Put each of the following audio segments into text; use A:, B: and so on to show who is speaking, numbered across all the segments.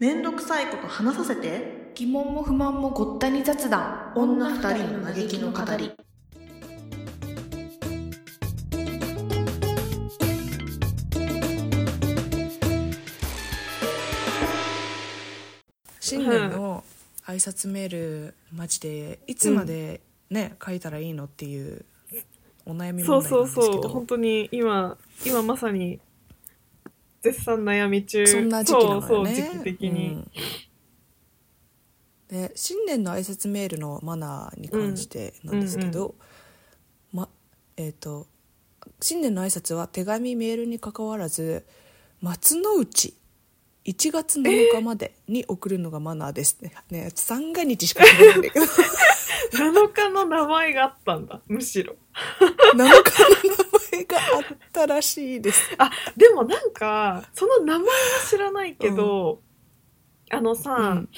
A: めんどくさいこと話させて
B: 疑問も不満もごったに雑談
A: 女二人の嘆きの語り
C: 新年の挨拶メールマジでいつまでね、書いたらいいのっていうお悩み問
D: そう
C: 題な
D: そ
C: ん
D: う
C: ですけど
D: そう本当に今今まさに絶賛悩み中
C: そんな時期なのよね
D: そうそう時期的に、
C: うんで新年の挨拶メールのマナーに関してなんですけど、まえっ、と新年の挨拶は手紙メールに関わらず松の内1月7日までに送るのがマナーですね。ね、三が日しか知らないんだけど、7
D: 7日の名前があったんだむしろ
C: 日の名前があったらしいです。
D: あでもなんかその名前は知らないけど、あのさ、
C: うん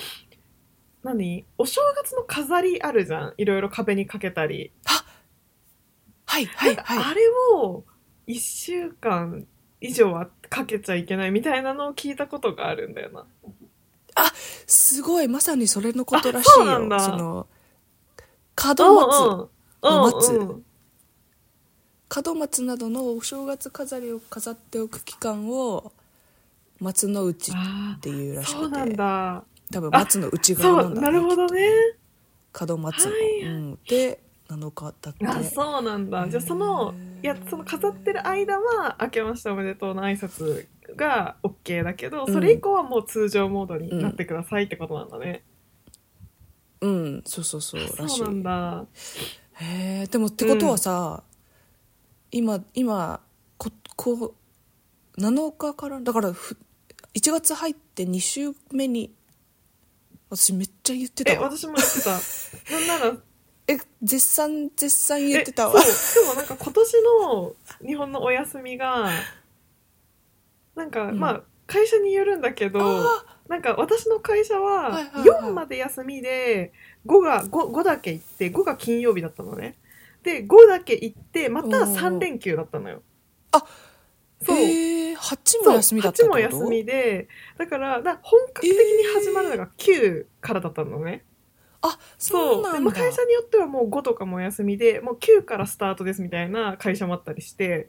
D: 何お正月の飾りあるじゃんいろいろ壁にかけたり、
C: はいはいは
D: あ
C: い。
D: れを1週間以上はかけちゃいけないみたいなのを聞いたことがあるんだよな
C: すごい、まさにそれのことらし
D: あそ
C: いう
D: なん
C: よ。
D: だ
C: その、門松。
D: うん
C: 松
D: うんうん
C: 門松などのお正月飾りを飾っておく期間を松の内っ
D: あ
C: ていう
D: ー
C: らし
D: そう
C: く
D: な
C: て
D: んだ
C: 多分松の内
D: そ
C: 側な
D: うん
C: だ、ね、
D: なるほどね
C: 門松の、
D: はい
C: うん、で7日だって
D: あそうなんだじゃあそのいやその飾ってる間は「明けましておめでとう」の挨拶が OK だけ
C: う
D: ど
C: ん
D: それ以降はもう通常モードになってくださいってことなんだね、
C: うんそうそうそうらしい
D: そうなんだ
C: へえでもってことはさ、今今ここう7日からだからふ1月入って2週目に私めっちゃ言って
D: え
C: たわ
D: 私も言ってたなんなら
C: え絶賛絶賛言ってたわ
D: えそうでもなんか今年の日本のお休みがなんか、
C: うん
D: まあ会社によるんだけど
C: あ
D: なんか私の会社
C: はい
D: は
C: はいはい
D: 4まで休みで5が 5, 5だけ行って5が金曜日だったのねで5だけ行ってまた3連休だったのよ
C: あ
D: そう、
C: えー、8
D: そ
C: も
D: う
C: 休みだったってこと
D: 8も休みでだからだから本格的に始まるのが9からだったのね、
C: あ
D: そ
C: そう
D: う
C: な
D: で
C: ん
D: まあ
C: だ
D: 会社によってはもう5とかもお休みでもう9からスタートですみたいな会社もあったりして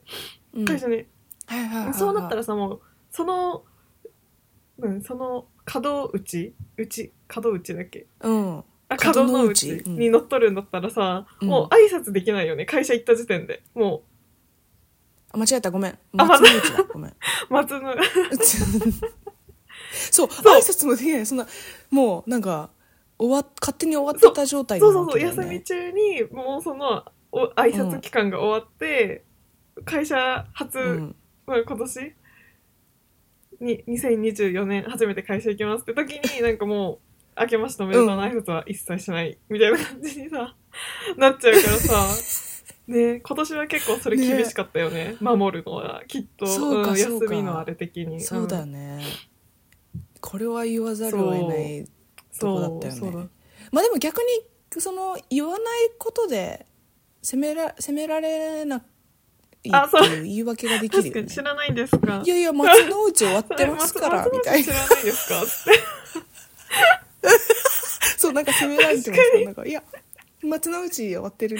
C: うん
D: 会社ね、
C: はいはいはいはい
D: そうなったらさもうその、うん、その角打ちうち角打ちだっけ
C: うん
D: あ
C: 角
D: 角
C: の
D: の
C: 打
D: 打
C: ち
D: ちに乗っとるんだったらさ、
C: うん
D: もう挨拶できないよね会社行った時点でも
C: あ間違えたごめん
D: あ
C: 松の内だごめん
D: う松の
C: そう挨拶もできないそんなもうなんか終わっ勝手に終わってた状態
D: そう
C: な
D: そ
C: わ
D: うそう、
C: けだよ
D: 休
C: ね
D: み中にもうそのお挨拶期間が終わって、会社初、
C: うん
D: まあ、今年に2024年初めて会社行きますって時になんかもう「明けましておめでとう」の挨拶は一切しないみたいな感じにさ、 なっちゃうからさね今年は結構それ厳しかったよね守るのはきっと
C: そうか
D: ん
C: そうか
D: 休みのあれ的に
C: そうだよ
D: ね、
C: ねこれは言わざるを得ないとこだったよ
D: そうそう
C: ねまあでも逆にその言わないことで責めら責められない
D: あ
C: って
D: そう
C: いう言い訳ができる
D: 確
C: よ
D: か
C: ね
D: に知らないんですか
C: いやいや松の内終わってます から
D: それ
C: みたい
D: 松
C: な
D: 松本知らないですかって
C: そうなんか責められてますよなんかいや松の内終わって る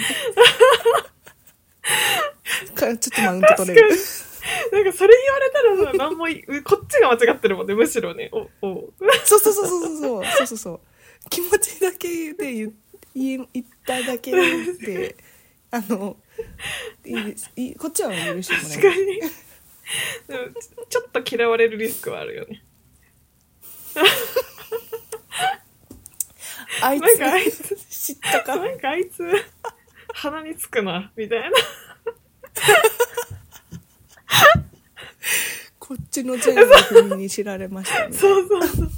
C: かちょっとマウント取れる
D: なんかそれ言われたらさ何もいこっちが間違ってるもんねむしろねおお
C: そうそうそうそうそうそうそうそう気持ちだけで言言言っただけであのいいですいいこっちは許してもらえ
D: 確
C: る
D: かにでもちちょっと嫌われるリスクはあるよね
C: あい
D: なんかあい
C: つ
D: つ
C: 知ったか
D: なんかあいつ鼻につくなみた いな
C: こっちの善意を踏みに知られましたみたいな
D: そうそうそう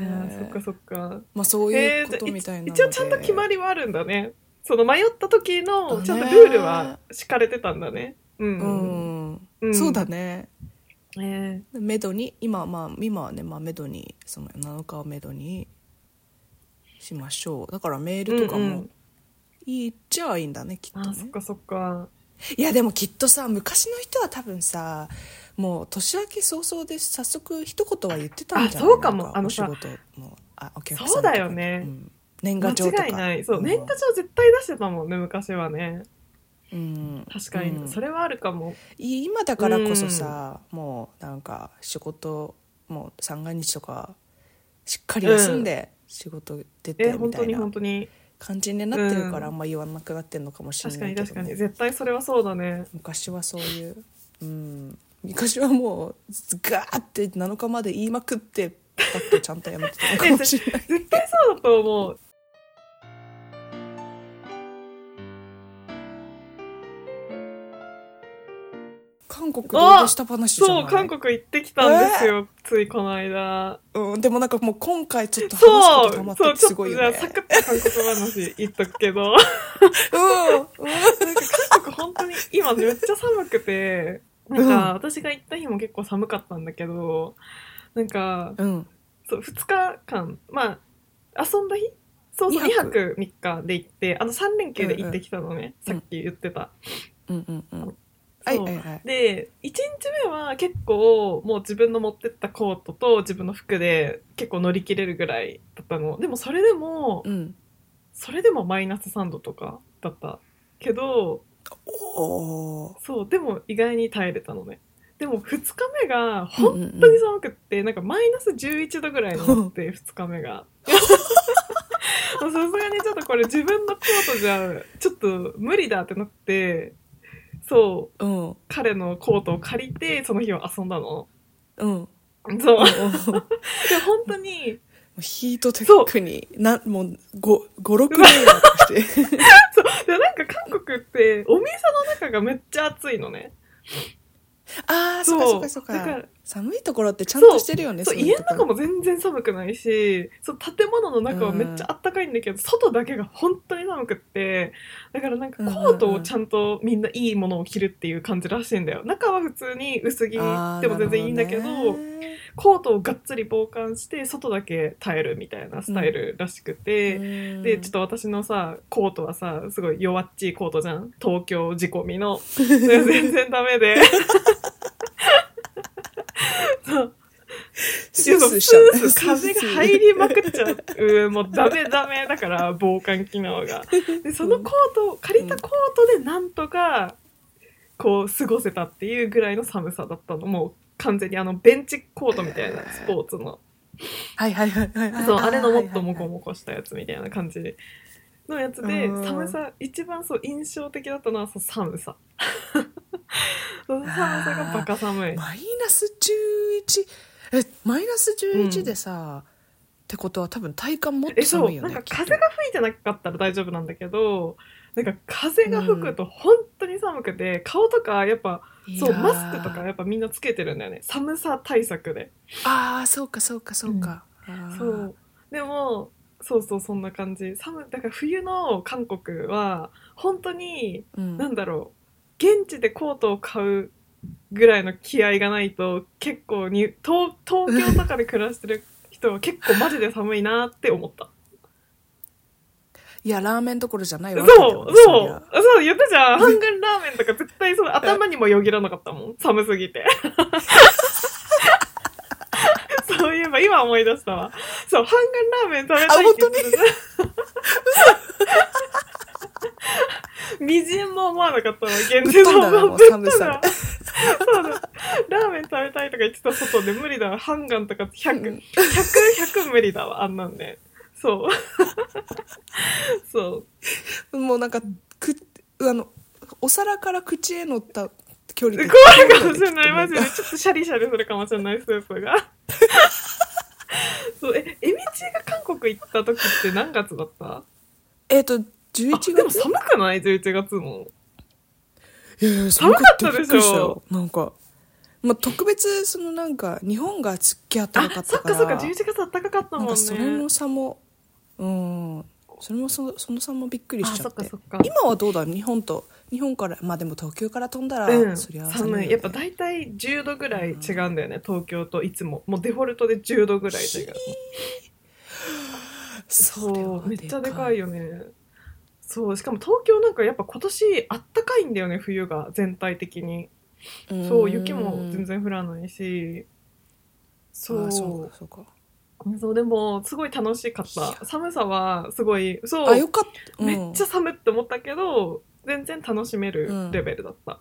D: いやーそっかそっか
C: まあそう
D: え
C: いう
D: ーじ
C: こ
D: ゃ
C: とみた
D: あ
C: い
D: い
C: なの
D: 一応ちゃんと決ま
C: り
D: りはあるんだねその迷った時
C: だ
D: の
C: ね
D: ちゃんとルールは敷かれてたんだねうん
C: う
D: うん、
C: ん、
D: うん
C: そうだね
D: え
C: めどに今まあ今はねまあめどにその7日をめどにしましょうだからメールとか
D: うんう
C: も
D: ん
C: いいっちゃいいんだねきっ
D: ー、あ
C: と
D: ー
C: ね
D: そっかそっか
C: いやでもきっとさ昔の人は多分さもう年明け早々で早速一言は言ってたんじゃない
D: あそうかも
C: なん
D: あの
C: お仕
D: さ
C: 事もあお客さん
D: そうだよね
C: うん年賀状とか
D: 間違いない。そう、
C: ん
D: 年賀状絶対出してたもんね、昔はね。
C: うん
D: 確かに。
C: うん
D: それはあるかも。
C: 今だからこそさ、もうなんか仕事もう三が日とかしっかり休んで仕事出
D: え、
C: てみ
D: 本
C: た
D: 当
C: い
D: に
C: な
D: 本当に。
C: 感じになってるから
D: う
C: あんま言わなくなってんのかもしれ
D: 確か
C: ない
D: に
C: けど、ね、
D: 確かに。絶対それはそうだね。
C: 昔はそういう、うん、昔はもうガーって7日まで言いまくってパッとちゃんとやめてたのかもし れない
D: 絶対そうだと思う。
C: 韓国どうでした話じゃない
D: そう、韓国行ってきたんですよ。ついこの間。
C: うん、でもなんかもう今回ちょっと話す
D: そ
C: ことハマ
D: う、
C: って
D: そう、
C: て
D: ちょ
C: す
D: っ
C: ご
D: と
C: い
D: じ
C: よ
D: ゃあ
C: ね
D: サクッと韓国話言っとく けど、
C: うんうん
D: 僕本当に今めっちゃ寒くて、なんか私が行った日も結構寒かったんだけど、なんか、
C: うん
D: そう、2日間、まあ、遊んだ日そうそう、2
C: 二
D: 泊
C: 泊
D: 3日で行って、あの3連休で行ってきたのね、
C: うんうん
D: さっき言ってた。
C: うんうんうんはい
D: そう
C: はいはい
D: で、1日目は結構もう自分の持ってったコートと自分の服で結構乗り切れるぐらいだったの。でもそれでも、
C: うん
D: それでもマイナス3度とかだったけど、
C: おー
D: そう、でも意外に耐えれたのね。でも2日目が
C: うん
D: 本当に寒くって、なんかマイナス11度ぐらいになって、2日目が。 もうさすがにちょっとこれ自分のコートじゃ、ちょっと無理だってなって、そう、
C: うんうん
D: 彼のコートを借りて、その日を遊んだの。
C: うん
D: そう。
C: うんも
D: で、本当に、
C: うヒートテックになもう56年やってきて
D: そう。で、なんか韓国って、お店の中がめっちゃ暑いのね。
C: ああそっかそっかそっ
D: だか、
C: から寒いところってちゃんとしてるよね
D: そう
C: い
D: 家
C: と
D: の
C: ころ
D: 中も全然寒くないしそう建物の中はめっちゃあったかいんだけど、外だけが本当に寒くってだからなんか
C: うんうんうん
D: コートをちゃんとみんないいものを着るっていう感じらしいんだよ中は普通に薄着で
C: あー
D: も全然いいんだけど
C: なるほね
D: コートをがっつり防寒して外だけ耐えるみたいなスタイルらしくて。
C: うん
D: でちょっと私のさコートはさすごい弱っちいコートじゃん東京仕込 みの全然ダメでそう
C: スースーしちゃう
D: そうスースー風が入りまくっちゃう。もうダメダメだ から、防寒機能が。で、そのコート、借りたコートでなんとか、こう、過ごせたっていうぐらいの寒さだったの。もう完全にあの、ベンチコートみたいな、スポーツの。
C: はいはいはいはいはい
D: そう、あれのもっともこもこしたやつみたいな感じのやつで、
C: うん
D: 寒さ、一番そう、印象的だったのは、そう、寒 さ。その寒さがバカ寒い。
C: マイナス11えマイナス11でさ、ってことは多分体感もっと
D: えそう
C: 寒いよ
D: なん
C: ね
D: か
C: きっと
D: 風が吹いてなかったら大丈夫なんだけどなんか風が吹くと本当に寒くて、顔とかやっぱ
C: いや
D: そう
C: ー
D: マスクとかやっぱみんなつけてるんだよね寒さ対策で
C: ああそうかそうかそうか、あー
D: そうでもそうそうそんな感じ寒だから冬の韓国は本当に
C: うん
D: なんだろう現地でコートを買うぐらいの気合がないと結構に東東京とかで暮らしてる人は結構マジで寒いなって思った。
C: いやラーメンどころじゃないわ
D: そう、
C: けだよね
D: そう、
C: そりゃ
D: そう、言ったじゃん。ハングルラーメンとか絶対その頭にもよぎらなかったもん。寒 すぎて。そういえば今思い出したわ。そう、ハングルラーメン食べたいって言ってた。みじんも思わなかったわ、現
C: ぶっ
D: 実
C: 飛んだなもう寒さ
D: ぶっ飛んだそうだ。ラーメン食べたいとか言ってた外で無理だわ。ハンガンとか100、
C: う
D: 100
C: ん、
D: 100無理だわ、あんなんで。そう。そう。
C: もうなんかくあのお皿から口へのった距離
D: 怖
C: で
D: いかもしれない、マジで。ちょっとシャリシャリするかもしれない、スープが。 そう、え、エミチーが韓国行った時って何月だった
C: えっと11
D: あでも
C: 月
D: 寒くない ?11 月も。
C: いやいや寒
D: 寒か
C: か
D: っ
C: ったた
D: で
C: で
D: し
C: しょ
D: ょ
C: なんか、まあ、特別そのなんか日本がすっげえ
D: あ
C: 暖かかっ
D: そ
C: たか
D: っからそっか、11月暖かかった
C: なん
D: もん
C: かそれ
D: ね
C: の。差もうんそれもそその差もびっくりし
D: あ、
C: ちゃ
D: そっ
C: っ
D: か
C: て
D: そっか。
C: 今はどうだ日本と日本からまあでも東京から飛んだら、
D: うん、
C: そりゃ
D: 寒い。やっぱ大体10度ぐらい違うんだよね、東京といつも。もうデフォルトで10度ぐらい違う。
C: それ
D: そう
C: は
D: めっちゃでかい
C: よ
D: よねそうしかも東京なんかやっぱ今年あったかいんだよね冬が全体的にそう、雪も全然降らないし、そ
C: あ
D: う。
C: そうかそうか
D: そう、でも、すごい楽しかっ
C: い
D: た。
C: や
D: 寒さは、すごい、そう、
C: あよかった、うん
D: めっちゃ寒って思ったけど、全然楽しめるレベルだった。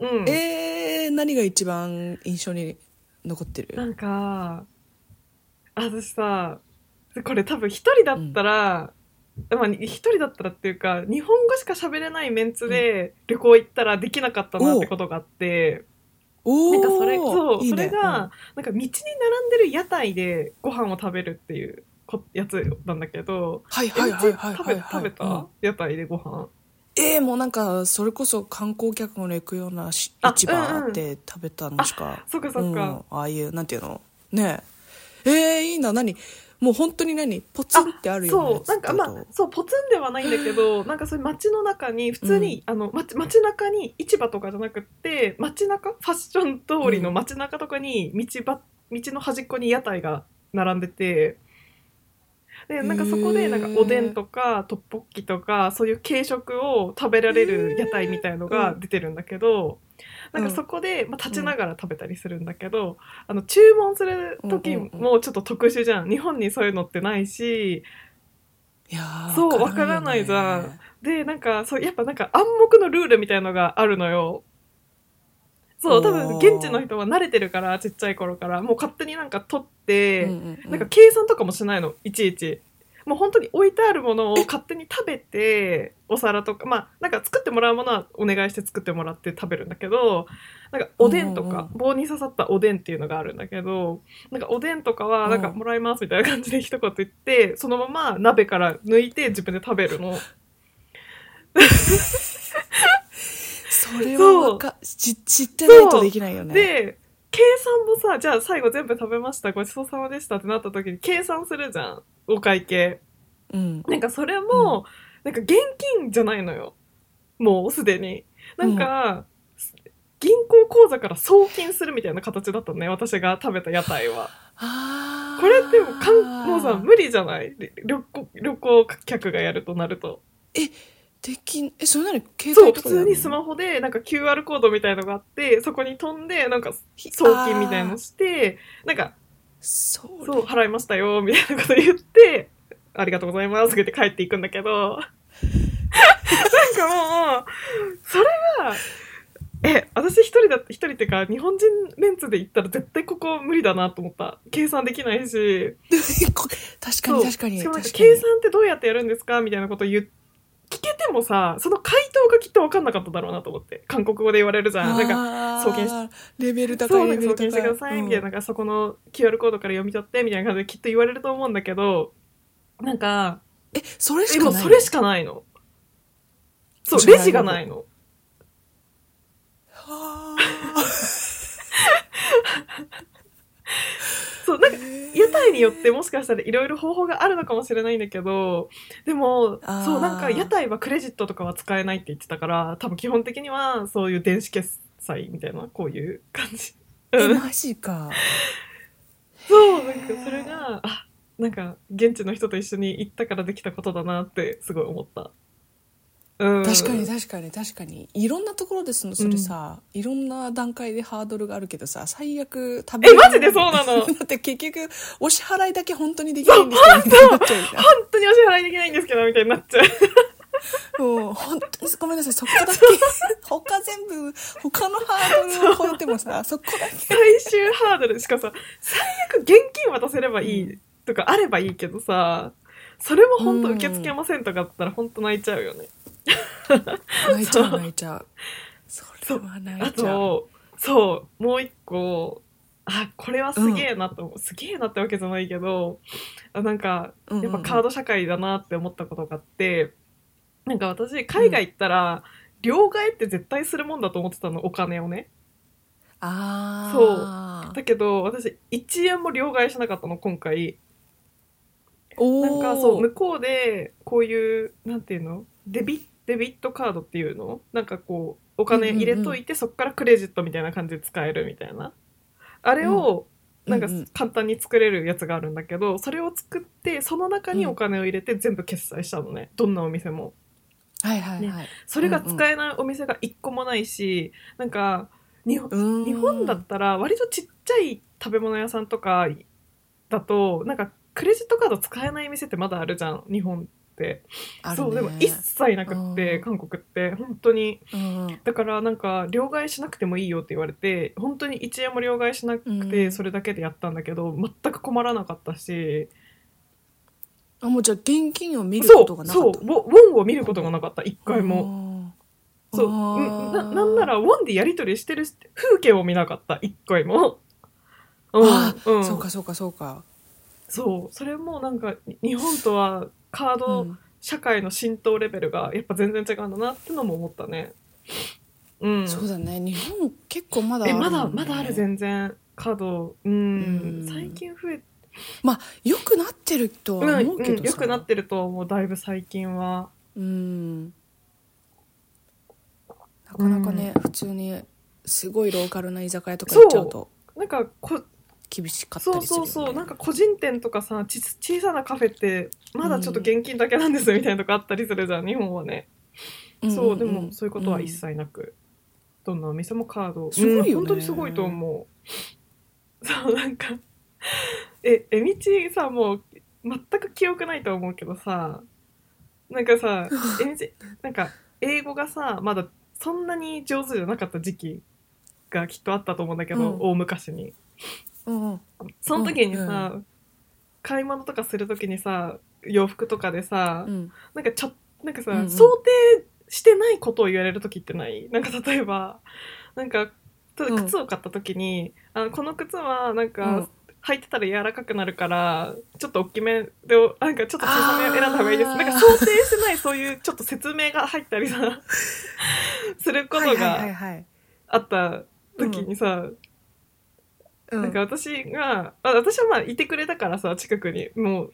D: うん。
C: えー、何が一番印象に残ってる
D: なんか、あ私さ、これ多分一人だったら、まあ一人だったらっていうか、日本語しか喋れないメンツで旅行行ったらできなかったなってことがあって、
C: お
D: な
C: ー
D: んかそれ、そう、
C: いい
D: そ
C: ね
D: れが、なんか道に並んでる屋台でご飯を食べるっていうこやつなんだけど、
C: はい
D: え
C: はいはいはい
D: 食
C: は
D: べ
C: いはい
D: 食べた、
C: うん
D: 屋台でご飯
C: えー、もうなんかそれこそ観光客の行くようなし
D: あ
C: 市
D: うんう
C: 場
D: ん
C: で食べたのしか、
D: そっかそっ
C: うん
D: か、
C: ああいうなんていうのねええー、いいな何もう本当に何ポツンってあるような
D: そ
C: やつ
D: うなんかまあそうポツンではないんだ けどなんかそういう街の中に普通に、あの街街中に市場とかじゃなくって街中ファッション通りの街中とかに道ば道の端っこに屋台が並んでてでなんかそこ
C: へ
D: で
C: ー
D: なんかおでんとかトッポッキとかそういう軽食を食べられる屋台みたいのが出てるんだけど、
C: うん
D: なんかそこで、まあ、立ちながら食べたりするんだけど、あの注文する時
C: うんうんうん
D: もちょっと特殊じゃん日本にそういうのってないし
C: いやー
D: そう
C: よね
D: わからないじでなんかそうやっぱなんか暗黙のルールみたいのがあるのよそう多分
C: おー
D: 現地の人は慣れてるからちっちゃい頃からもう勝手になんか取って、
C: うんうんうん
D: なんか計算とかもしないのいちいちもう本当に置いてあるものを勝手に食べてお皿とかまあなんか作ってもらうものはお願いして作ってもらって食べるんだけどなんかおでんと
C: うんうん
D: か棒に刺さったおでんっていうのがあるんだけどなんかおでんとかはなんか
C: うん
D: もらいますみたいな感じで一言言ってそのまま鍋から抜いて自分で食べるの。
C: それ
D: そう
C: はわか知知ってないとできないよね
D: で計算もさじゃあ最後全部食べましたごちそうさまでしたってなった時に計算するじゃんお会計
C: うん
D: なんかそれも、なんか現金じゃないのよもうすでになんか、銀行口座から送金するみたいな形だったね私が食べた屋台は
C: あー
D: これってもうかんもうさ無理じゃないり旅行旅行客がやるとなると
C: できんえそれなに携
D: そう
C: 帯とか
D: 普
C: でや
D: 通
C: るの
D: にスマホでなんか QR コードみたいのがあってそこに飛んでなんか送金みたいのしてなんか
C: そう
D: そう、払いましたよ、みたいなこと言って、ありがとうございますって言って帰っていくんだけど、なんかもう、それが、え、私一人だって、一人っていうか、日本人メンツで行ったら絶対ここ無理だなと思った。計算できないし、
C: こ確かに確かに
D: そうしかもなんか
C: 確か
D: 計
C: に
D: 算ってどうやってやるんですかみたいなこと言っ聞けてもさ、その回答がきっと分かんなかっただろうなと思って。韓国語で言われるじゃん。なんか、
C: あー
D: 送金
C: レベル
D: そ
C: 高い
D: う
C: レ
D: なん
C: ベ
D: か
C: ル高
D: 送
C: い
D: 金してくださいみたいな,、なんかそこの QR コードから読み取ってみたいな感じできっと言われると思うんだけどなんか
C: うんえそれし
D: え
C: か
D: もう
C: ない
D: それしかないのそう
C: じゃあ
D: レジがないの
C: は
D: そうなんか
C: ー
D: 屋台によってもしかしたらいろいろ方法があるのかもしれないんだけどでも
C: あー
D: そうなんか屋台はクレジットとかは使えないって言ってたから多分基本的にはそういう電子決済みたいなこういう感じ
C: えマジか
D: そうなんかそれがあなんか現地の人と一緒に行ったからできたことだなってすごい思った、うん、
C: 確かに確かに確かにいろんなところでそのそれさ、いろんな段階でハードルがあるけどさ最悪食べ
D: え
C: れ
D: マジでそうな の
C: だって結局お支払いだけ本当にできないんですよみたいになっちゃうじゃん
D: 本当にお支払いできないんですけどみたいになっち ゃう
C: もう本当にごめんなさいそこ だけ他全部他のハードルを超えてもさそこだけ
D: 最終ハードルしかさ最悪現金渡せればいいとかあればいいけどさそれも本当受け付けませんとかだったら本当泣いちゃうよね、
C: 泣いちゃう泣いちゃうそれは泣
D: あ
C: いちゃう
D: とそうもう一個あこれはすげえなと思う、すげえなってわけじゃないけどあなんか
C: うんうんう
D: やっ
C: ん
D: ぱカード社会だなって思ったことがあってなんか私海外行ったら、両替って絶対するもんだと思ってたのお金をね
C: ああ
D: だけど私1円も両替しなかったの今回
C: お
D: なん
C: ー
D: かそう向こうでこういうなんていうのデビデビットカードっていうのなんかこうお金入れといて、そっからクレジットみたいな感じで使えるみたいなあれ
C: う
D: を、
C: ん
D: なんか
C: うんうん
D: 簡単に作れるやつがあるんだけどそれを作ってその中にお金を入れて全部決済したのね、どんなお店も
C: はいはいはい、
D: それが使えないお店が一個もないし、なんか日本
C: うん
D: 日本だったら割とちっちゃい食べ物屋さんとかだとなんかクレジットカード使えない店ってまだあるじゃん日本って、
C: ある
D: そ
C: ね
D: うでも一切なくって、
C: うん
D: 韓国って本当に
C: うん
D: だからなんか両替しなくてもいいよって言われて本当に1円も両替しなく
C: う
D: て
C: ん
D: それだけでやったんだけど、全く困らなかったし
C: あもうじゃあ現金を見る
D: そ
C: こと
D: う
C: がなか
D: そう
C: っ
D: ウ
C: た
D: ォウォンを見ることがなかった一回も。
C: も
D: そううんななんならウォンでやり取りしてる風景を見なかった一回も。うん
C: あー、
D: ん
C: そうかそうかそうか、
D: そうそれもなんかに日本とはカー
C: う
D: ド
C: ん
D: 社会の浸透レベルがやっぱ全然違うんだなってのも思ったねうん
C: そうだね日本結構まだあ
D: え
C: るもんね、
D: まだまだある全然カードうん
C: うん
D: 最近増え
C: まあ良くなってると
D: うん
C: は思うけど
D: うん
C: さ、
D: 良くなってるとは思うだいぶ最近は
C: うんなかなかね、普通にすごいローカルな居酒屋とか行っちゃうと
D: なんかこ
C: 厳しかった
D: そう
C: りする
D: そ
C: よ、
D: う
C: ね、
D: そうなんか個人店とかさち小さなカフェってまだちょっと現金だけなんですみたいなとこあったりするじゃん日本はね
C: んんん
D: そうでもそういうことは一切なく、どんなお店もカードを
C: すごいよね
D: うん本当にすごいと思うそうなんかええみちさもう全く記憶ないと思うけどさなん かさえみちなんか英語がさまだそんなに上手じゃなかった時期がきっとあったと思うんだけど、
C: うん
D: 大昔に
C: うんうん
D: その時にさ、買い物とかする時にさ洋服とかでさ、
C: うん
D: なんかちょなんかさ、
C: うんうん
D: 想定してないことを言われる時ってないなんか例えばなんかた
C: うん
D: 靴を買った時に、あのこの靴はなん
C: う
D: か、
C: ん
D: 履いてたら柔らかくなるからちょっと大きめでなんかちょっと小さめを選んだ方がいいです
C: あ
D: な
C: ー
D: んか想定してないそういうちょっと説明が入った りさすること
C: はいはい
D: が
C: はいはい
D: あった時にさ、
C: うん
D: なんか私が、あ私はまあいてくれたからさ、近くに、もう、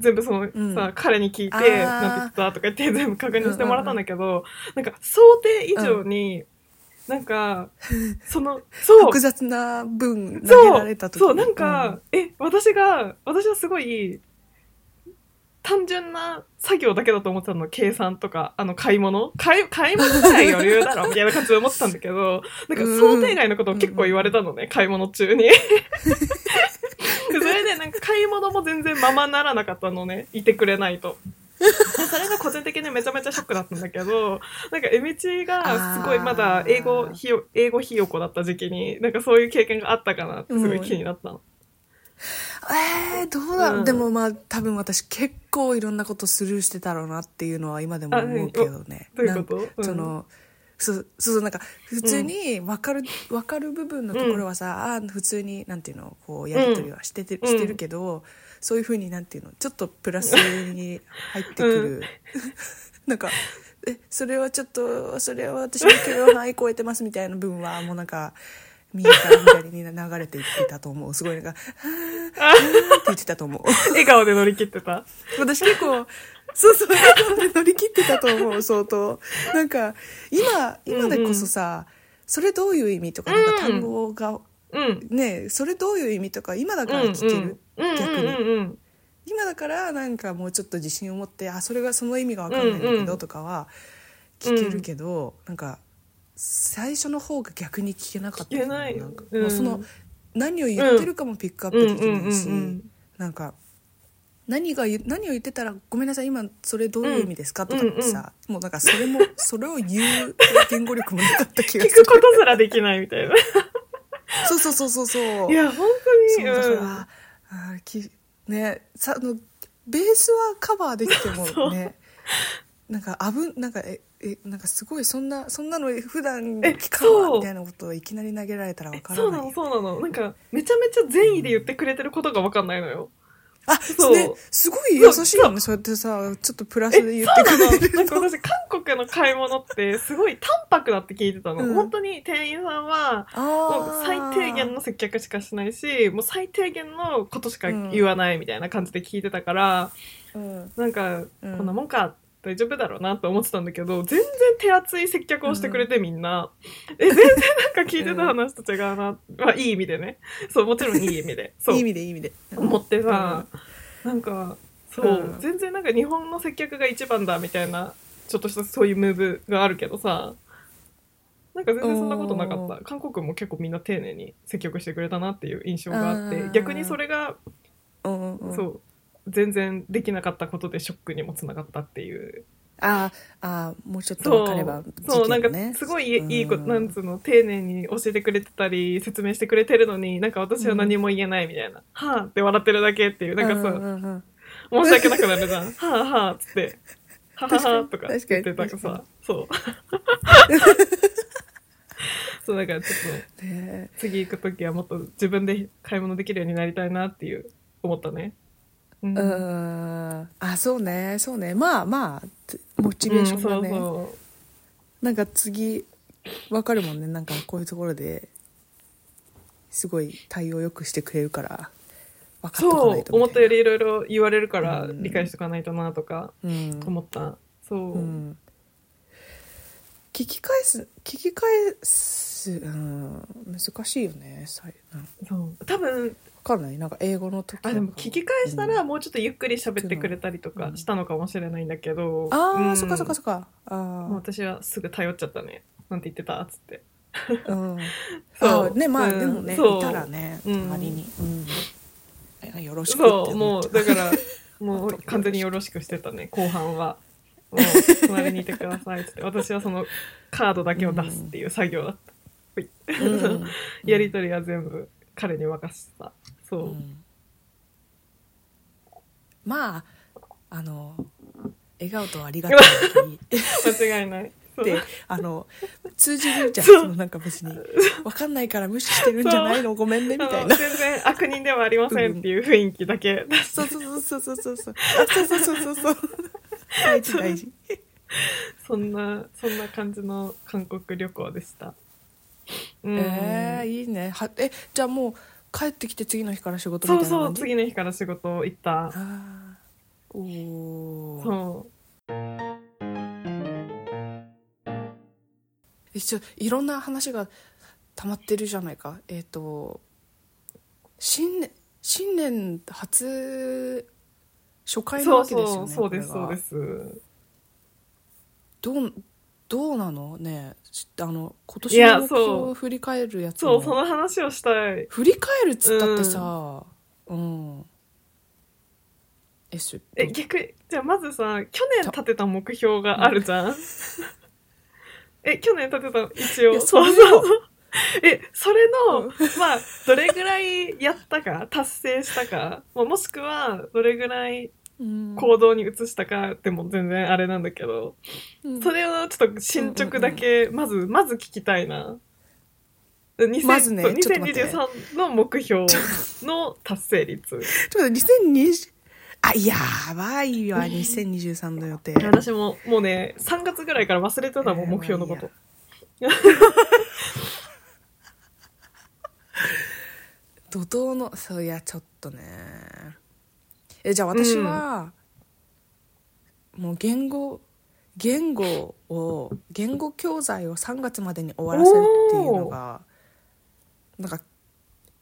D: 全部その、
C: うん
D: さ、彼に聞いて、
C: あー
D: なんて言ってたとか言って、全部確認してもらったんだけど、なんか想定以上に、な んか、その、そう
C: 複、雑な分投げ
D: そ
C: られ
D: う
C: た時
D: そう、なんか、、え、私が、私はすごい、単純な作業だけだと思ってたの、計算とか、あの、買い物買い、買い物ぐらい余裕だろ、みたいな感じで思ってたんだ けど、なんか
C: うん
D: 想定外のことを結構言われたのね、買い物 中に。でそれでなんか買い物も全然ままならなかったのね、いてくれないと。それが個人的にめちゃめちゃショックだったんだけど、なんかエミチがすごいまだ英語ひよ、英語ひよこだった時期に、なんかそういう経験があったかなってすごい気になったの。
C: えー、どうだろう、
D: うん
C: でもまあ多分私結構いろんんなことスルーしてたろうなっていうのは今でも思うけどね
D: どういうこと
C: そ、のそうそうそうなんか普通に分かる,、分かる部分のところはさ、あー普通になんていうのこうやり取りはしてて,、
D: うん
C: してるけどそういうふうになんていうのちょっとプラスに入ってくる、なんかえそれはちょっとそれは私の許容範囲超えてますみたいな部分はもうなんか右から左に流れていってたと思うすごいなんか「はーはーって言ってたと思う。
D: うん笑顔で乗り切ってた。
C: 私結構、そうそう、笑顔で乗り切ってたと思う、相当。なんか、今、今でこそさ、それどういう意味とか、なんか単語が、
D: うん。
C: ね、それどういう意味とか、今だから聞ける。
D: うんうん
C: 逆
D: うん
C: に。
D: うんうん
C: 今だから、なんかもうちょっと自信を持って、あ、それが、その意味がわかんないんだ
D: う
C: け
D: んう
C: ど、
D: ん
C: とかは、聞けるけど、なんか、最初の方が逆に聞けなかった。
D: 聞けない
C: んか
D: うん
C: もうその、何を言ってるかもピックアップできないし、
D: うんうんうんうん
C: なんか何が言う何を言ってたら「ごめんなさい今それどういう意味ですか?」とかってさ、もうなんかそれもそれを言う言語力もなかった気が
D: 聞
C: する
D: くことすらできないみたいな。い
C: そうそうそうそうそう
D: や、本当
C: そう
D: に。
C: だから、
D: うん
C: あーきねさあのベースはカバーできて もねなんか危なんかええなんかすごいそんなそんなの普段
D: え
C: 聞かんわ
D: そう
C: みたいなことをいきなり投げられたらわ
D: え
C: から
D: そう
C: な
D: ないのそうなのなんかめちゃめちゃ善意で言ってくれてることが分かんないのよ
C: あ、
D: そう
C: ね、すごい優しいよね。そうやってさ、ちょっとプラスで言ってくれる。
D: なんか私韓国の買い物ってすごい淡白だって聞いてたの、
C: うん
D: 本当に店員さんはもう
C: あ
D: 最低限の接客しかしないしもう最低限のことしか言わないみたいな感じで聞いてたから、
C: うん。
D: なんか
C: うん
D: こんなもんか大丈夫だろうなと思ってたんだけど全然手厚い接客をしてくれてみんな、え全然なんか聞いてた話と違うな、まあいい意味でねそうもちろんいい意 味でそう
C: いい意味でいい意味で。
D: 思ってさ、なんかそう、
C: うん
D: 全然なんか日本の接客が一番だみたいなちょっとしたそういうムーブがあるけどさなんか全然そんなことなかった韓国も結構みんな丁寧に接客してくれたなっていう印象があっ
C: あ
D: て
C: ー
D: 逆にそれが、
C: うんうん
D: そ
C: うん、
D: う全然できなかったことでショックにもつながったっていう
C: あーあーもうちょっと
D: そう
C: 分かれば
D: そう、
C: 事
D: なん
C: 件
D: か
C: ね
D: すごいいい,、
C: うん
D: いいことなんつうの丁寧に教えてくれてたり説明してくれてるのになんか私は何も言えないみたいな、はあって笑ってるだけっていうなんかさ、
C: うんうんうん
D: 申し訳なくなるじゃんはあはあっつって。はあはあとか言
C: 確
D: っ
C: か
D: て
C: に
D: たから
C: 確か
D: さそう そうだからちょっと
C: ねえ
D: 次行く時はもっと自分で買い物できるようになりたいなっていう思ったね。うん
C: う
D: うん
C: んあそうねそうねまあまあつモチベーションがね、
D: そう
C: なんか次わかるもんねなんかこういうところですごい対応よくしてくれるから分かっ
D: そ
C: と
D: う
C: かな
D: そ
C: いうと
D: 思
C: み
D: ったた
C: い
D: よ
C: な
D: りいろいろ言われるから
C: うん
D: 理解しとかないとなとか
C: うん
D: 思った。そう、
C: うん聞き返す聞き返す、うん、難しいよねさいなんわ
D: そう多分
C: かんないなんか英語の時
D: あでも聞き返したらもうちょっとゆっくり喋ってくれたりと
C: う
D: か
C: ん
D: したのかもしれないんだけど、
C: ああー、
D: うん
C: そっかそっかそっかあ
D: もう私はすぐ頼っちゃったねなんて言ってたっつって
C: あ、うん、
D: そう
C: あーねまあ、
D: うん
C: でもねい
D: そう
C: たらね
D: うん
C: 隣に、うんあよろしくって
D: そう
C: 思
D: も
C: っ
D: う
C: て
D: だ からもう完全によろしくしてたね後半はもう隣にいてくださいっつって私はそのカードだけを出すっていう作業だった、
C: うん
D: やり取りは全部彼に任せたそう、
C: うんまああの笑顔とありがとうに
D: 間違いないそう
C: っ てあの通じるじゃん
D: そう
C: そのなんか別に分かんないから無視してるんじゃないのごめんねみたいな
D: あの全然悪人ではありませんっていう雰囲気だ け出し
C: そうそうそうそうそうそうあそうそうそうそうそう大事大事
D: そんなそんな感じの韓国旅行でした、うん
C: えー、いいねはえじゃあもう帰ってきて次の日から仕事みた
D: そう
C: いな
D: そう
C: 感じ
D: 次の日から仕事行った
C: あーおー
D: そう
C: 一応いろんな話が溜まってるじゃないかえっ、と新年新年初初回な
D: そ
C: わ
D: う
C: けで
D: そ
C: すよ
D: う
C: ね
D: そうです
C: これ
D: そ
C: が
D: うです
C: どうどうなのねしあの今
D: い
C: 年の
D: や
C: 目標
D: そ
C: を
D: う
C: 振り返るやつ
D: そ
C: も
D: うその話をしたい
C: 振り返るっつったってさうん、えし
D: え逆じゃあまずさ去年立てた目標があるじゃん え去年立てた一
C: い
D: 応
C: やそれを
D: うそうそう えそれの、まあどれぐらいやったか達成したか、まあ、もしくはどれぐらい
C: うん
D: 行動に移したかでも全然あれなんだけど、
C: うん
D: それをちょっと進捗だけまず、まず聞きたいな。2000
C: まずね
D: そう
C: ちょっと待って
D: 2023の目標の達 成率。
C: ちょっと2020あやばいわ2023の予定
D: いや私ももうね3月ぐらいから忘れてたもん
C: えー
D: 目標のこと、
C: 怒涛のそういやちょっとねえじゃあ私は、もう言語言語を言語教材を3月までに終わらせるっていうのがなんか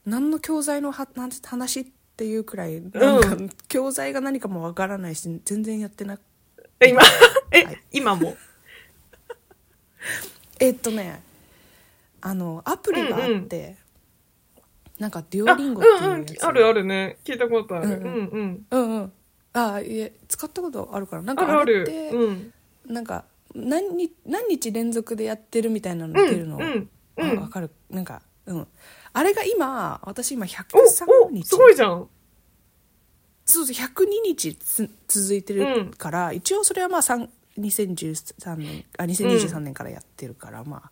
C: 何の教材のはなんて話っていうくらいなんか、
D: う
C: 教材が何かもわからないし全然やってなく
D: え今え、
C: はい
D: 今 も
C: えっとねあのアプリがあって、なんかデュオリンゴって
D: あうんう
C: い
D: ん
C: うやつ、
D: あるあるね聞いたことある、う、
C: うんん
D: うん
C: うんうんあいえ使ったことあるからなん
D: ある
C: か
D: あ
C: あれっ
D: る
C: て
D: うん
C: なんか何日何日連続でやってるみたいなの
D: うん
C: 出るの、
D: うんう
C: あわ
D: ん
C: かるなんかうんあれが今私今103
D: おお
C: 日
D: すごいじゃん
C: そうそう102日つ続いてるから、一応それはまあさん2013年あ2023年からやってるから、まあ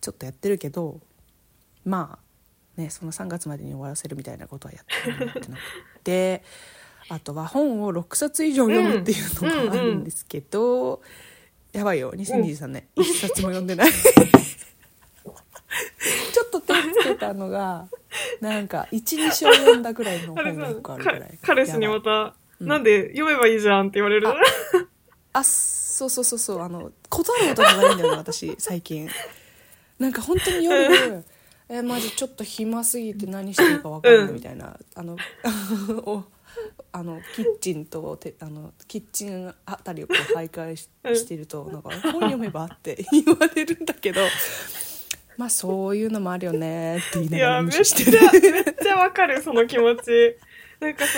C: ちょっとやってるけどまあねその3月までに終わらせるみたいなことはやってなくてあとは本を6冊以上読むっていうのがあるんですけど、やばいよ2023年、一1冊も読んで ないちょっと手つけたのがなんか12章読んだぐらいの
D: あれ
C: 本
D: さ
C: がよくあるぐ
D: から
C: い
D: 彼氏に
C: やばい
D: また、
C: うん
D: なんで読めばいいじゃんって言われる
C: ああそうそうそうそうあの断ることがないんだよね私最近 なんか本当に夜えマジちょっと暇すぎて何していいか分かんな
D: う
C: い
D: ん
C: みたいな、あの おあのキッチンとてあのキッチンあたりをこう徘徊し
D: う ん
C: してるとなんか本読めばって言われるんだけどまあそういうのもあるよねって言い
D: い
C: なが
D: や、
C: ら無
D: め
C: 視
D: っ
C: し
D: ち
C: てる
D: ゃ、めっちゃわかる、その気持 ち。なんかさ、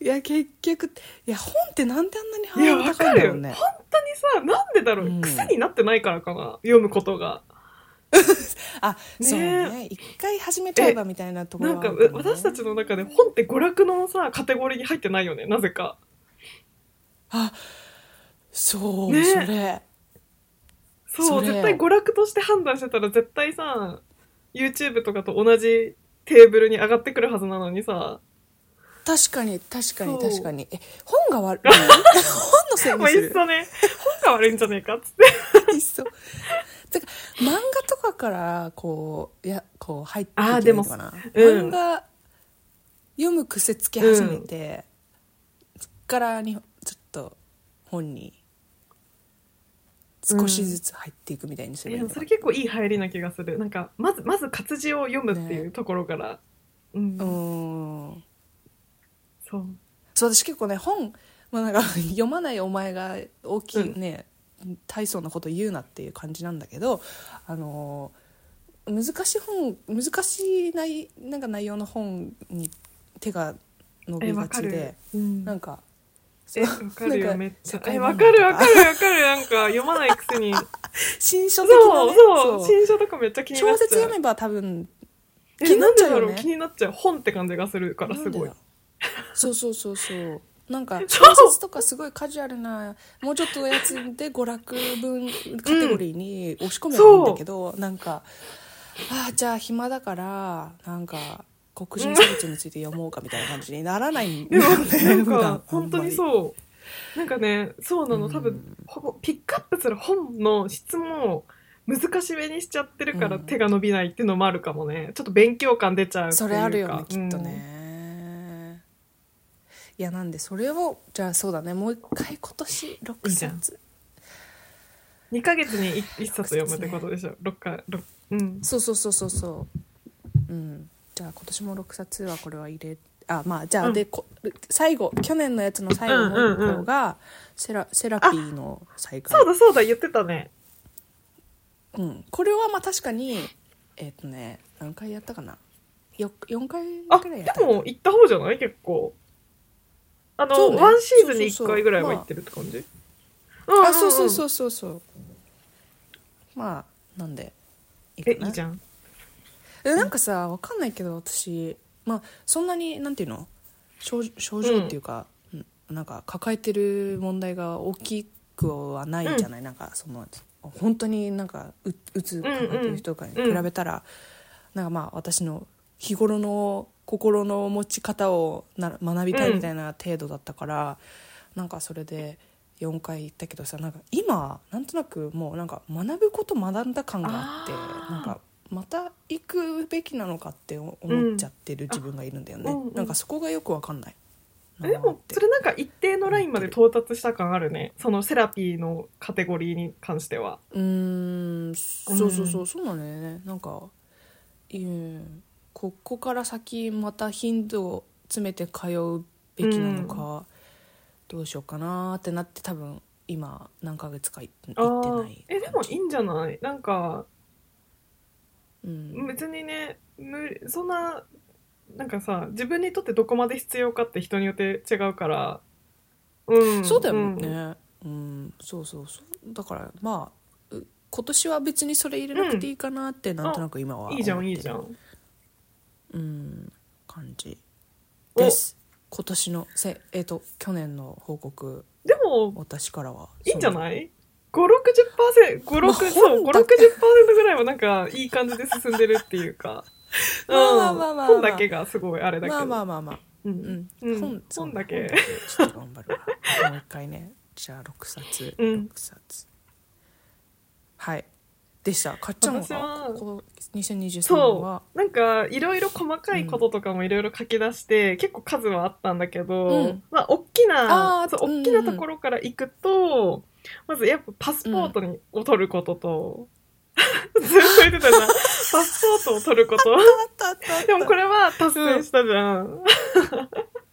C: いや結局いや本ってなんであんなにハ
D: いや、
C: ードル
D: わ
C: 高い
D: か
C: んだ
D: る
C: ろう
D: よ。
C: ね
D: 本当にさ、なんでだろう、
C: うん
D: 癖になってないからかな、読むことが。
C: あ
D: ね
C: そうね一回始めちゃえばみたいなとこ
D: な
C: ろ
D: ん
C: はあ
D: か、
C: る
D: う
C: もね
D: 私たちの中で本って娯楽のさ、カテゴリーに入ってないよね、なぜか。
C: あそう、
D: ね
C: それ
D: そう
C: それ
D: 絶対娯楽として判断してたら絶対さ YouTube とかと同じテーブルに上がってくるはずなのにさ
C: 確かに確かに
D: そう
C: 確かにえ本が悪い 本のせいに
D: もう
C: す
D: いっ
C: る
D: そね本が悪いんじゃねえかっつって
C: いっそてか漫画とかからこういやこう入っていけ
D: あー
C: ばい
D: で
C: い
D: も
C: のかな、
D: う
C: 漫
D: ん
C: 画読む癖つけ始めて、そっからにちょっと本に少しずつ入っていくみたいにす
D: え
C: ればい
D: で
C: いのか
D: もそ
C: な
D: れ結構いい入りな気がするなんかまずまず活字を読むっていうところから、うん、
C: うーん
D: そう
C: そう私結構ね本、まあ、なんか読まないお前が大きいね、大層なこと言うなっていう感じなんだけどあの難しい本難しい内なんか内容の本に手が伸
D: え
C: び
D: わ
C: が
D: か
C: ちで
D: る、うん、
C: なんか
D: えわかる
C: な
D: よ
C: んか
D: めっち
C: 社
D: ゃ
C: 会
D: え
C: 問題と
D: わかるわかるわかるなんか読まないくせに
C: 新書
D: そう
C: 的な、ね、
D: そう
C: そう
D: 新書とかめっちゃ気にな
C: 小
D: っちゃう
C: 説読めば多分
D: え
C: 気になっちゃうよね
D: なんでだろう気になっちゃう本って感じがするからすごい
C: なんでだそうそうそうそうなんか
D: そう
C: 小説とかすごいカジュアルなもうちょっとおやつで娯楽分カテゴリーに押し込めばいいんだけど、なんかああじゃあ暇だからなんか黒人差別について読もうかみたいな感じにならないんだ
D: でも
C: よね
D: なん
C: 普段
D: か本当に
C: う
D: そうなんかねそうなの多
C: う
D: 分ほぼピックアップする本の質も難しめにしちゃってるから
C: うん
D: 手が伸びないっていうのもあるかもねちょっと勉強感出ちゃうってい
C: そ
D: うか
C: れあるよねきっと
D: うん
C: ね、いやなんでそれをじゃあそうだねもう一回今年6
D: いいじゃん
C: 冊
D: 2ヶ月に 1, 冊読むってことでしょ6か六うん
C: そうそうそうそうそううんじゃあ今年も6冊はこれは入れあまあじゃあ、
D: うん
C: でこ最後去年のやつの最後の一個が、セラセラピーの再会
D: そうだそうだ言ってたね
C: うん、これはまあ確かにえっ、とね何回やったかなよ4回
D: あ
C: くらい
D: で
C: やった
D: も行った方じゃない結構あ
C: そ
D: の、
C: うね
D: ワンシーズンに
C: そうそう
D: 1
C: そう
D: 回ぐらいは行ってるって感じうんうんうん
C: あそうそうそうそうそうまあなんでいい
D: え
C: かない
D: いじゃん
C: えなんかさわかんないけど私まあそんなになんていうの症症状っていうか、うんなんか抱えてる問題が大きくはないじゃない、なんかその本当になんかううつ抱えてる人とかに比べたら、なんかまあ私の日頃の心の持ち方をな学びたいみたいな程度だったから、なんかそれで4回行ったけどさなんか今なんとなくもうなんか学ぶこと学んだ感があって
D: あー
C: なんかまた行くべきなのかって思っちゃってる自分がいるんだよね、
D: うんあうんうん
C: なんかそこがよくわかんない
D: えでもそれなんか一定のラインまで到達した感あるねそのセラピーのカテゴリーに関しては
C: うーんそうそうそうそうなんだよねなんかうんここから先また頻度を詰めて通うべきなのか、どうしようかなーってなって多分今何ヶ月か行って
D: あ
C: 行って
D: ー
C: ない
D: えでもいいんじゃないなんか
C: うん、
D: 別にね無理そんななんかさ自分にとってどこまで必要かって人によって違うからうん
C: そうだよね、うんそうそうそうだからまあう今年は別にそれ入れなくていいかなってなんとなく今は
D: う
C: 思
D: ん
C: って
D: いいじゃんいいじゃん
C: うん感じ
D: お
C: です今年のせえっ、と去年の報告
D: でも
C: 私からはい
D: いんじゃ
C: い
D: ない560%、5、
C: まあ
D: 6、そう、
C: 本
D: 5、
C: だ
D: 60%ぐらいはなんか、いい感じで進んでるっていうか。うん。
C: まあまあまあまあまあ
D: 本だけがすごいあれだけど。
C: まあまあまあまあ
D: うん
C: うん、
D: うん
C: 本そう
D: 本だけ
C: ちょっと頑張るわもう一回ねじゃあ6冊
D: うん
C: 6冊、はいでしたかっちゃん
D: 私は
C: はここ2023年は
D: そうなんかいろいろ細かいこととかもいろいろ書き出して、結構数はあったんだけど、
C: うん
D: まあ大き
C: あ
D: な
C: ー
D: そう
C: うんうん
D: 大きなところから行くと、まずやっぱパスポートに、を取ることと ずっと言ってた じゃんパスポートを取ること
C: あったあったあった
D: でもこれは達成したじゃん、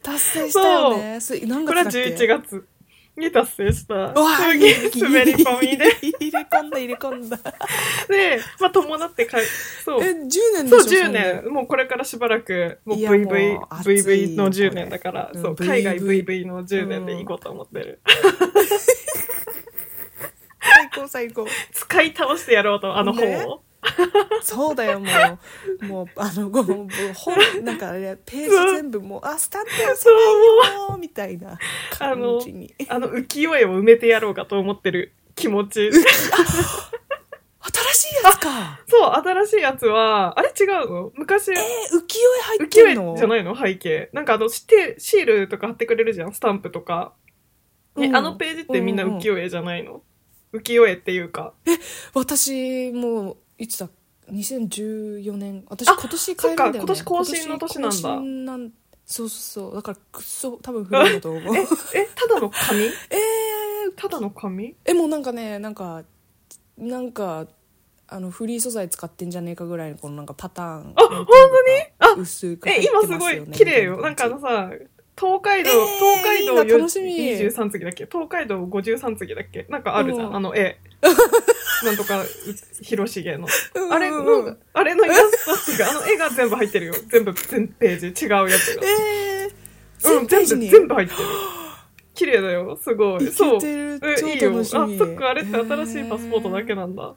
C: 達成したよね。それ何
D: これは
C: 月だっけ
D: 11月に達成した。
C: うわ
D: すげえ滑り込みで。
C: 入れ込んだ入れ込んだ
D: で、まあ伴ってかい、そう。
C: え10年でし
D: そ
C: ょ
D: う、10
C: んな
D: 年。もうこれからしばらく、もう
C: いやも
D: VV
C: う、暑いよ
D: VV の10
C: これ
D: 年だから、
C: うん
D: そう、
C: VV
D: 海外 VV の10年で行こうと思ってる。
C: 最高最高
D: 使い倒してやろうと、あの本
C: ね
D: を。
C: そうだよもうもうあのご本なんかあれページ全部もうあスタンプ押せないよみたいな感じに
D: あの浮世絵を埋めてやろうかと思ってる気持ち。
C: 新しいやつか
D: そう、新しいやつは、あれ違うの昔、
C: え浮世絵入っ
D: 浮
C: て
D: 世
C: る
D: 絵
C: の
D: じゃないの背景。なんかあの、してシールとか貼ってくれるじゃん、スタンプとか。ね
C: うん
D: あのページってみんな
C: うんうん
D: 浮世絵じゃないの、浮世絵っていうか。
C: 私もういつだ2014年私
D: あ
C: 今年変えるんだよ、ね、
D: そっか今年更新の年なんだ
C: 今年更新なんそうそうそうだからくっそ多分古いんだと思うえ
D: え、ただの紙
C: ー、
D: ただの紙
C: えもうなんかねなんかなんかあのフリー素材使ってんじゃねえかぐらいのこのなんかパターンあ本
D: 当にあ
C: 薄く入
D: え、
C: ってま
D: 今
C: す
D: す
C: よ
D: ご
C: ね
D: い綺麗よ。なんかあのさ、東海道、
C: えー
D: 東海道
C: いいな楽しみ
D: 23次だっけ東海道53次だっけなんかあるじゃ、
C: うんん
D: あ の絵。なんとか、う広重の。あ
C: あ
D: れ
C: れ
D: の、
C: の
D: あれのイラストっていうか、あの絵が全部入ってるよ。全部、全ページ。違うやつが。
C: えー、
D: うん、全部、全部入ってる。綺麗だよ、すごい。そ。
C: そうてる
D: え、いい
C: 超
D: よ。
C: 楽
D: あ、
C: し
D: そ
C: み
D: っか、あれって新しいパスポートだけなんだ。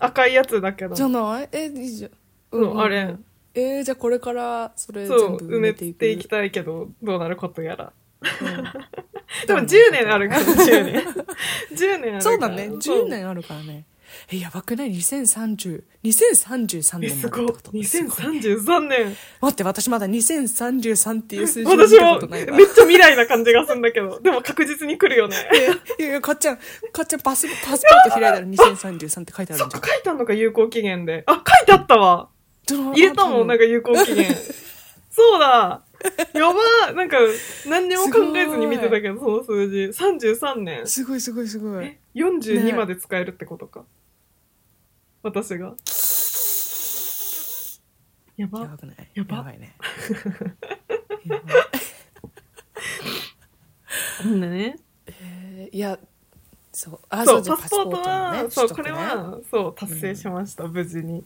D: 赤いやつだけど。
C: じ
D: そ
C: ゃないえいいじゃん、
D: う、あれ。
C: えー、じゃあこれからそれ
D: そ
C: 全
D: う、
C: 部埋
D: 埋
C: め
D: め
C: ていく
D: ていきたいけど、どうなることやら。
C: うん
D: でも10年あるから、10年。10年あるから。
C: そうだね
D: そう
C: 10。年あるからねえやばくない2030 2033
D: え、
C: 年
D: す
C: まで
D: ご
C: っ
D: い。
C: てことすごいね
D: 2033年。
C: 待って私まだ2033っていう数字を見
D: 私
C: たこ
D: も
C: とな
D: めっ
C: い
D: ち
C: わ
D: ゃ未来な感じがするんだけど、でも確実に来るよね。
C: いやいやかっちゃんかっちゃんパスパスポート開いたら2033って書いてあ
D: そ
C: る
D: っ
C: んじゃ
D: か
C: ん、
D: 書いてあんのか、有効期限で。あ、書いてあったわ
C: ちょっと
D: 入れたもん、なんか有効期限。そうだやばなんか、何にも考えずに見てたけど、その数字。33年。
C: すごいすごいすごい
D: え42
C: ね
D: まで使えるってことか。私が。
C: や
D: やば
C: ばくない
D: やば
C: いね
D: うんね。
C: えーいやそうあ
D: そう、
C: じゃあ
D: パスポートは、
C: のね
D: そ
C: 取
D: う、こ
C: っと
D: れ
C: くね
D: は、そう、達成しました、無事に。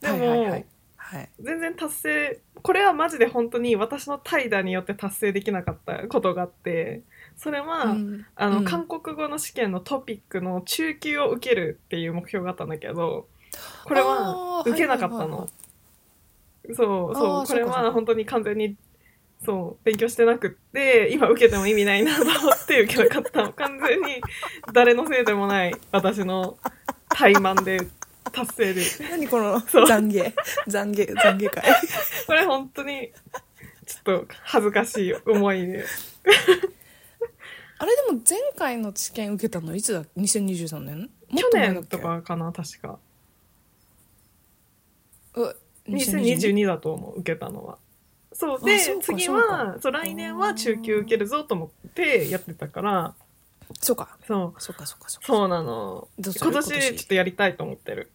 D: でも、
C: はいはいはいはい
D: 全然達成これはマジで本当に私の怠惰によって達成できなかったことがあってそれは、
C: うん
D: あの
C: うん
D: 韓国語の試験のトピックの中級を受けるっていう目標があったんだけどこれ
C: あ
D: は
C: ー
D: 受けなかったの、
C: はいはいは
D: そう
C: あ
D: そう
C: ー
D: これ
C: そうかそう
D: は
C: か
D: 本当に完全にそう勉強してなくって今受けても意味ないなと思って受けなかった の完全に誰のせいでもない私の怠慢で達成で
C: 何この
D: そう
C: 懺悔懺悔懺悔 会
D: これ本当にちょっと恥ずかしい思いで
C: あれでも前回の試験受けたのいつだ2023年も
D: 去
C: っと前だっ
D: 年
C: け
D: とかかな確か
C: う2022
D: 2022だと思う受けたのはそう
C: あ
D: で
C: そうか
D: 次
C: そう
D: はそう来年は中級受けるぞと思ってやってたから
C: そうか
D: そう
C: そうかそうかそうか
D: そうなの
C: どうする
D: 今年
C: 今年
D: ちょっとやりたいと思ってる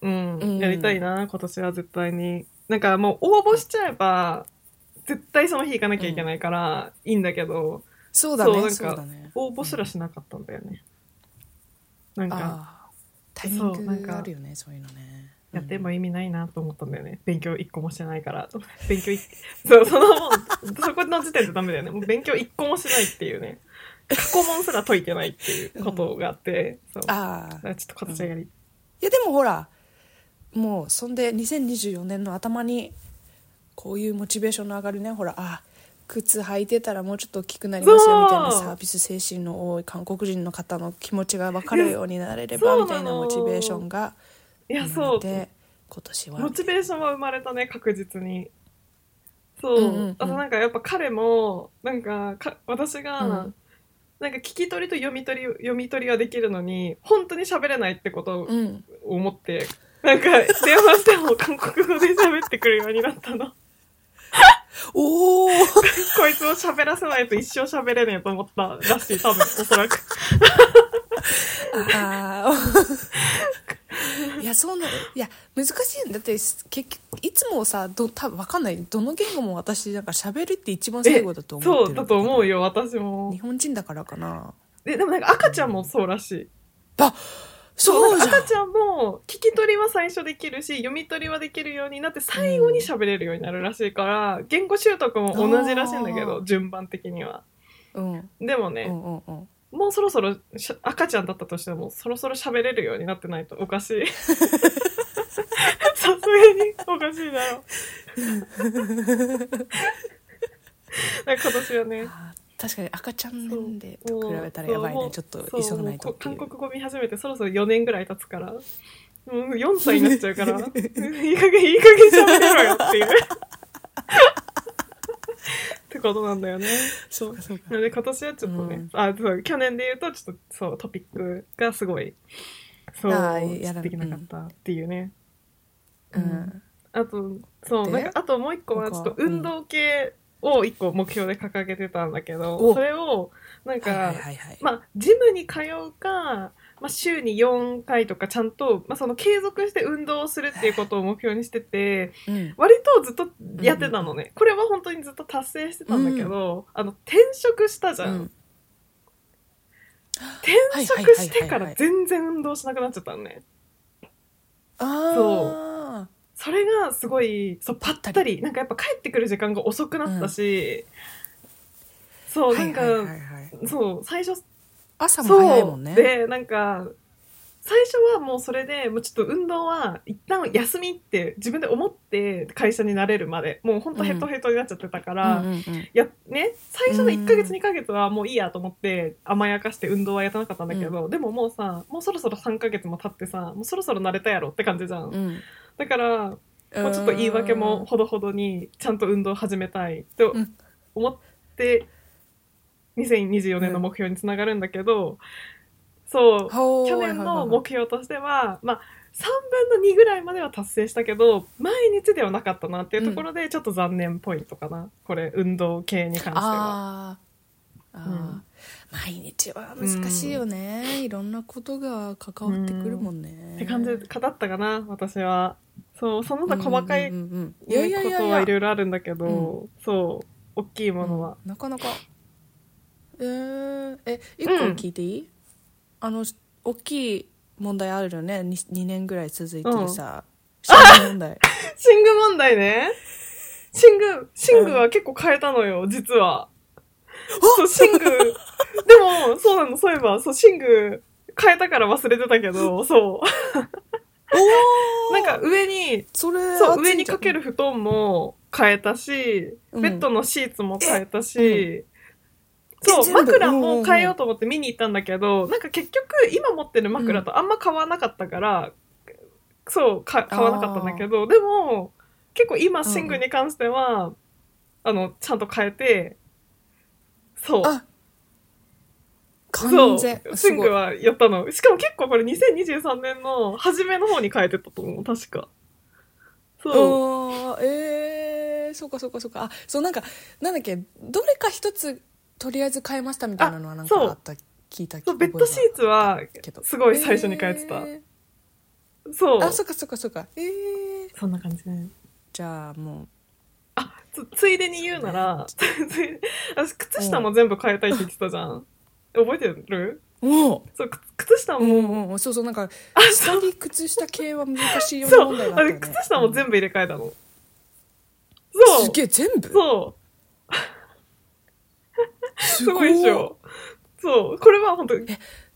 D: うん、
C: うん
D: やりたいな今年は絶対になんかもう応募しちゃえば絶対その日行かなきゃいけないから、いいんだけど
C: そうだね
D: そう
C: そ
D: な
C: うん
D: か
C: だね
D: 応募すらしなかったんだよね、なんか
C: ああタイミン
D: そうなん
C: グ
D: か
C: あるよねそういうのね
D: やって
C: い
D: も意味ないなと思ったんだよね。勉強一個もしてな いから。勉強一、そう、そのもう、そこの時点でダメだよね。もう勉強一個もしないっていうね。過去問すら解いてないっていうことがあって、そう。だか
C: ああ
D: らちょっと今年はやり、
C: いやでもほらもうそんで2024年の頭にこういうモチベーションの上がるねほらあ靴履いてたらもうちょっと大きくなります
D: そう
C: よみたいなサービス精神の多い韓国人の方の気持ちが分かるようになれれ
D: い
C: ば
D: や
C: みたいな
D: そうなの
C: モチベーションが
D: いや、
C: 生ま
D: そ
C: れ
D: う。
C: て今年は
D: モチベーションは生まれたね、確実に。そう。
C: うんうんうん
D: あとなんかやっぱ彼も、なんかか、私が、
C: うん
D: なんか聞き取りと読み取り、読み取りはできるのに、本当に喋れないってことを
C: うん
D: 思って、なんか、電話しても韓国語で喋ってくるようにな ったの。
C: おお
D: こいつを喋らせないと一生喋れねえと思ったらし い、多分、おそらく。
C: あーいやそうなんいや難しいんだって結局いつもさど多分わかんないどの言語も私なんか喋るって一番最後だと思ってる
D: そうだと思うよ、私も
C: 日。本人だからかな
D: で、でもなんか赤ちゃんもそうらしい。
C: あそうじゃん
D: 赤ちゃんも聞き取りは最初できるし読み取りはできるようになって最後に喋れるようになるらしいから、言語習得も同じらしいんだけ
C: あ
D: ど
C: ー
D: 順番的には
C: うんうん
D: でも
C: う
D: ね、
C: んうん
D: もうそろそろし赤ちゃんだったとしてもそろそろ喋れるようになってないとおか しいさすがにおかしいだろなんか今年はね
C: あー確かに赤ちゃん
D: そう
C: 年齢と比べたらやばい
D: も
C: ね
D: う
C: ちょっと
D: そう
C: 急がないと
D: も
C: っ
D: うこ
C: てい
D: 韓
C: う
D: 国語見始めてそろそろ4年ぐらい経つから。もう4歳になっちゃ うから、いい加減、いい加減喋れろよっていう。ってことなんだよね。
C: そうかそうか
D: なので今年はちょっとね、
C: うん
D: あ、そう、去年で言うとちょっとそう、トピックがすごい、そう、
C: あーやら
D: できなかったっていうね。
C: う
D: うん
C: ん
D: あと、そう、
C: で
D: なんか、あともう一個は、ち
C: 他
D: ょっと運動系を一個目標で掲げてたんだけど、
C: お
D: それを、なんか、
C: はいはいはいはい
D: まあ、ジムに通うか、まあ、週に4回とかちゃんと、まあ、その継続して運動をするっていうことを目標にしてて、
C: うん
D: 割とずっとやってたのね。これは本当にずっと達成してたんだけど、あの、転職したじゃん。
C: うん
D: 転職して
C: はいはいはいは
D: か
C: いは
D: ら
C: い
D: 全然運動しなくなっちゃったのね。
C: ああ
D: それがすごい、そう、ぱったり、なんかやっぱ帰ってくる時間が遅くなったし、そう、なんか、
C: はいはいはいはい
D: そう、最初、
C: 朝も
D: そう
C: 早いもんね
D: でなんか最初はもうそれでもうちょっと運動は一旦休みって自分で思って会社になれるまでもうほんとヘトヘトになっちゃってたか
C: う
D: ら、
C: んうんうん
D: やね、最初の1ヶ
C: う
D: 月
C: ん
D: 2ヶ月はもういいやと思って甘やかして運動はやってなかったんだけど、でももうさもうそろそろ3ヶ月も経ってさもうそろそろ慣れたやろって感じじゃん、
C: うん
D: だからもうちょっと言い訳もほどほどにちゃんと運動始めたいと
C: うん
D: 思って2024年の目標につながるんだけど、そう
C: ほう
D: 去年の目標としては、まあ、3分の2ぐらいまでは達成したけど毎日ではなかったなっていうところでちょっと残念ポイントかな、これ運動系に関しては。
C: あーあー、
D: うん
C: 毎日は難しいよね、いろんなことが関わってくるもんね、
D: って感じで語ったかな私は。そうその他細かい
C: うん
D: こ
C: うんうんうんいやいやいや
D: とはいい
C: や
D: ろいろあるんだけど、そう大きいものは。
C: なかなかえー、え一個聞いていい、あの大きい問題あるよね 2, 二年ぐらい続いてるさ、社会問 題
D: シング問題ね。シング、シングは結構変えたのよ、実は。そう、シング。でも、そうなの、そういえば、そう、シング変えたから忘れてたけど、そう。
C: お
D: なんか上に、
C: それ
D: そう、
C: 熱い
D: 上
C: ん
D: に
C: じゃん
D: かける布団も変えたし、
C: うん
D: ベッドのシーツも変えたし、
C: え
D: そう、
C: 全部
D: 枕
C: うんうんう
D: も
C: ん
D: 変えようと思って見に行ったんだけど、なんか結局今持ってる枕とあんま変わらなかったから、そう、か買わなかったんだけど、でも、結構今、シングに関しては、あの、ちゃんと変えて、そう。
C: あ
D: そ
C: 完全
D: う。シ
C: す
D: ン
C: ごい
D: グはやったの。しかも結構これ2023年の初めの方に変えてたと思う、確か。そう。
C: あーえー、そうかそうかそうかあそうなんかなんだっけどれか一つとりあえず変えましたみたいなのはなんか
D: あそう
C: あった聞いた
D: そうベッドシーツは
C: けど
D: すごい最初に変えてた、
C: え
D: そう
C: ーあそうかそうかそうかえー、
D: そんな感じね
C: じゃあも
D: あつついでに言うならつい 私靴下も全部変えたいって言ってたじゃん覚えてる
C: うも
D: そうく靴下
C: う
D: も、
C: もうそうそうなんか
D: あそ
C: 下
D: う
C: 着靴下系は難しいような
D: そ
C: 問
D: う
C: 題だっ
D: あ
C: たよ
D: れ
C: ね
D: 靴下も全部入れ替えたの、
C: うん
D: そう
C: すげえ全部
D: そう
C: す
D: すごいでしょそうこれは本当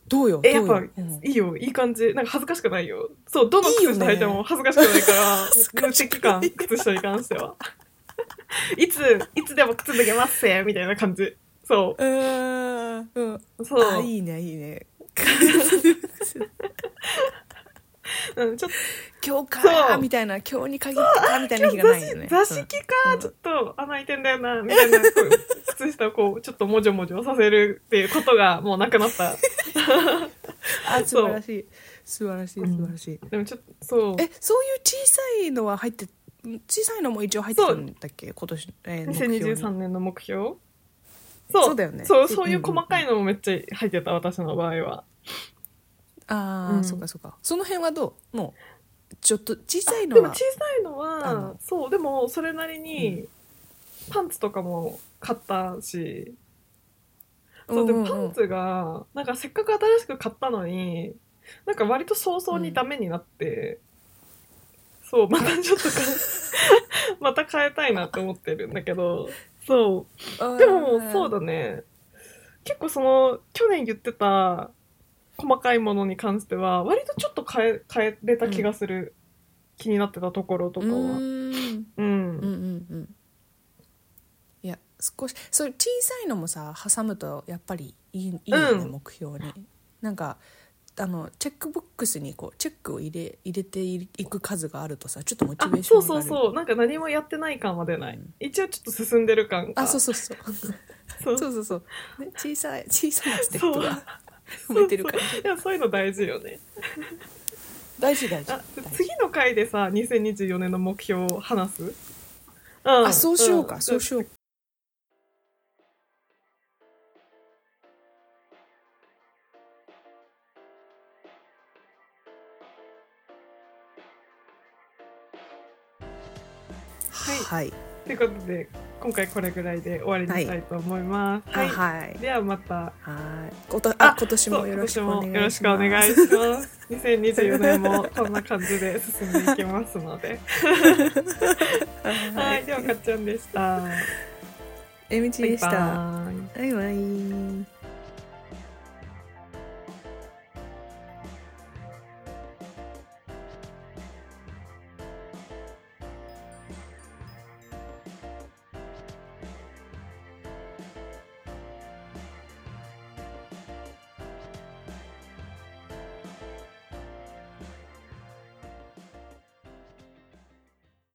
C: どうよ
D: えやっ
C: ど
D: ぱ
C: うようん
D: いいよいい感じなんか恥ずかしくないよそうどの
C: いいよね
D: 靴下履いても恥ずかしくないから
C: ずか
D: 無敵感靴下に関しては いついつでも靴脱げますせみたいな感じそう
C: ーんうん
D: うそう
C: あいいねいい ね
D: うん、ちょっ
C: 今日か
D: そう
C: みたいな今日に限ってかみたいな日がないよね
D: と座敷か、ちょっと穴開いてんだよなみたいなこう靴下をこうちょっともじょもじょさせるっていうことがもうなく なった
C: あ素
D: そう
C: 晴らしい素晴らしい素晴らしい、
D: でもちょっとそう
C: えそういう小さいのは入って小さいのも一応入ってたんだっけ今年、えー、目標に
D: 2023年の目標そう
C: そうだよね
D: そううんそういう細かいのもめっちゃ入ってた私の場合は
C: ああ、
D: うん
C: そうかそうかその辺はどうもちょっと小さい
D: で
C: の
D: も
C: は
D: 小さいのは
C: あの
D: そうでもそれなりにパンツとかも買ったし、そうでもパンツがなんかせっかく新しく買ったのになんか割と早々にダメになって、そう またちょっとかまた変えたいなって思ってるんだけどそうでもそう
C: だ
D: だね結構その去年言ってた細かいものに関しては割とちょっと変え変えれた気がする、気になってたところと
C: う
D: かはうん、
C: ーんうんうんうんいや少しそういう小さいのもさ挟むとやっぱりいいいいよね、
D: うん
C: 目標になんかあのチェックボックスにこうチェックを入れ入れていく数があるとさちょっとモチ
D: あ
C: ベーショ
D: そ
C: ン
D: う
C: 上がる
D: そうそうなんか何もやってない感は出ない、
C: うん
D: 一応ちょっと進んでる感が
C: あそうそうそう
D: そう
C: そうそうそう、ね、小さい小さなステップが
D: そう
C: 埋めてるから
D: そういやそういうの大事よね
C: 大事大事
D: あ
C: 大事
D: 次の回でさ2024年の目標を話す、うん
C: あそうしようか、
D: ん
C: そうしようかはい、
D: ということで今回これぐらいで終わりにしたいと思います、
C: あはい
D: ではまた
C: はいこと
D: あ
C: あ今年もよろしくお
D: そう今年も
C: 願
D: よろ
C: い
D: し
C: し
D: くお
C: ま
D: 願
C: す
D: いします。2024年もこんな感じで進んでいきますの で。
C: は
D: はいい、ではかっちゃんでした。
C: えみちでした
D: バイバイ
C: バイバイ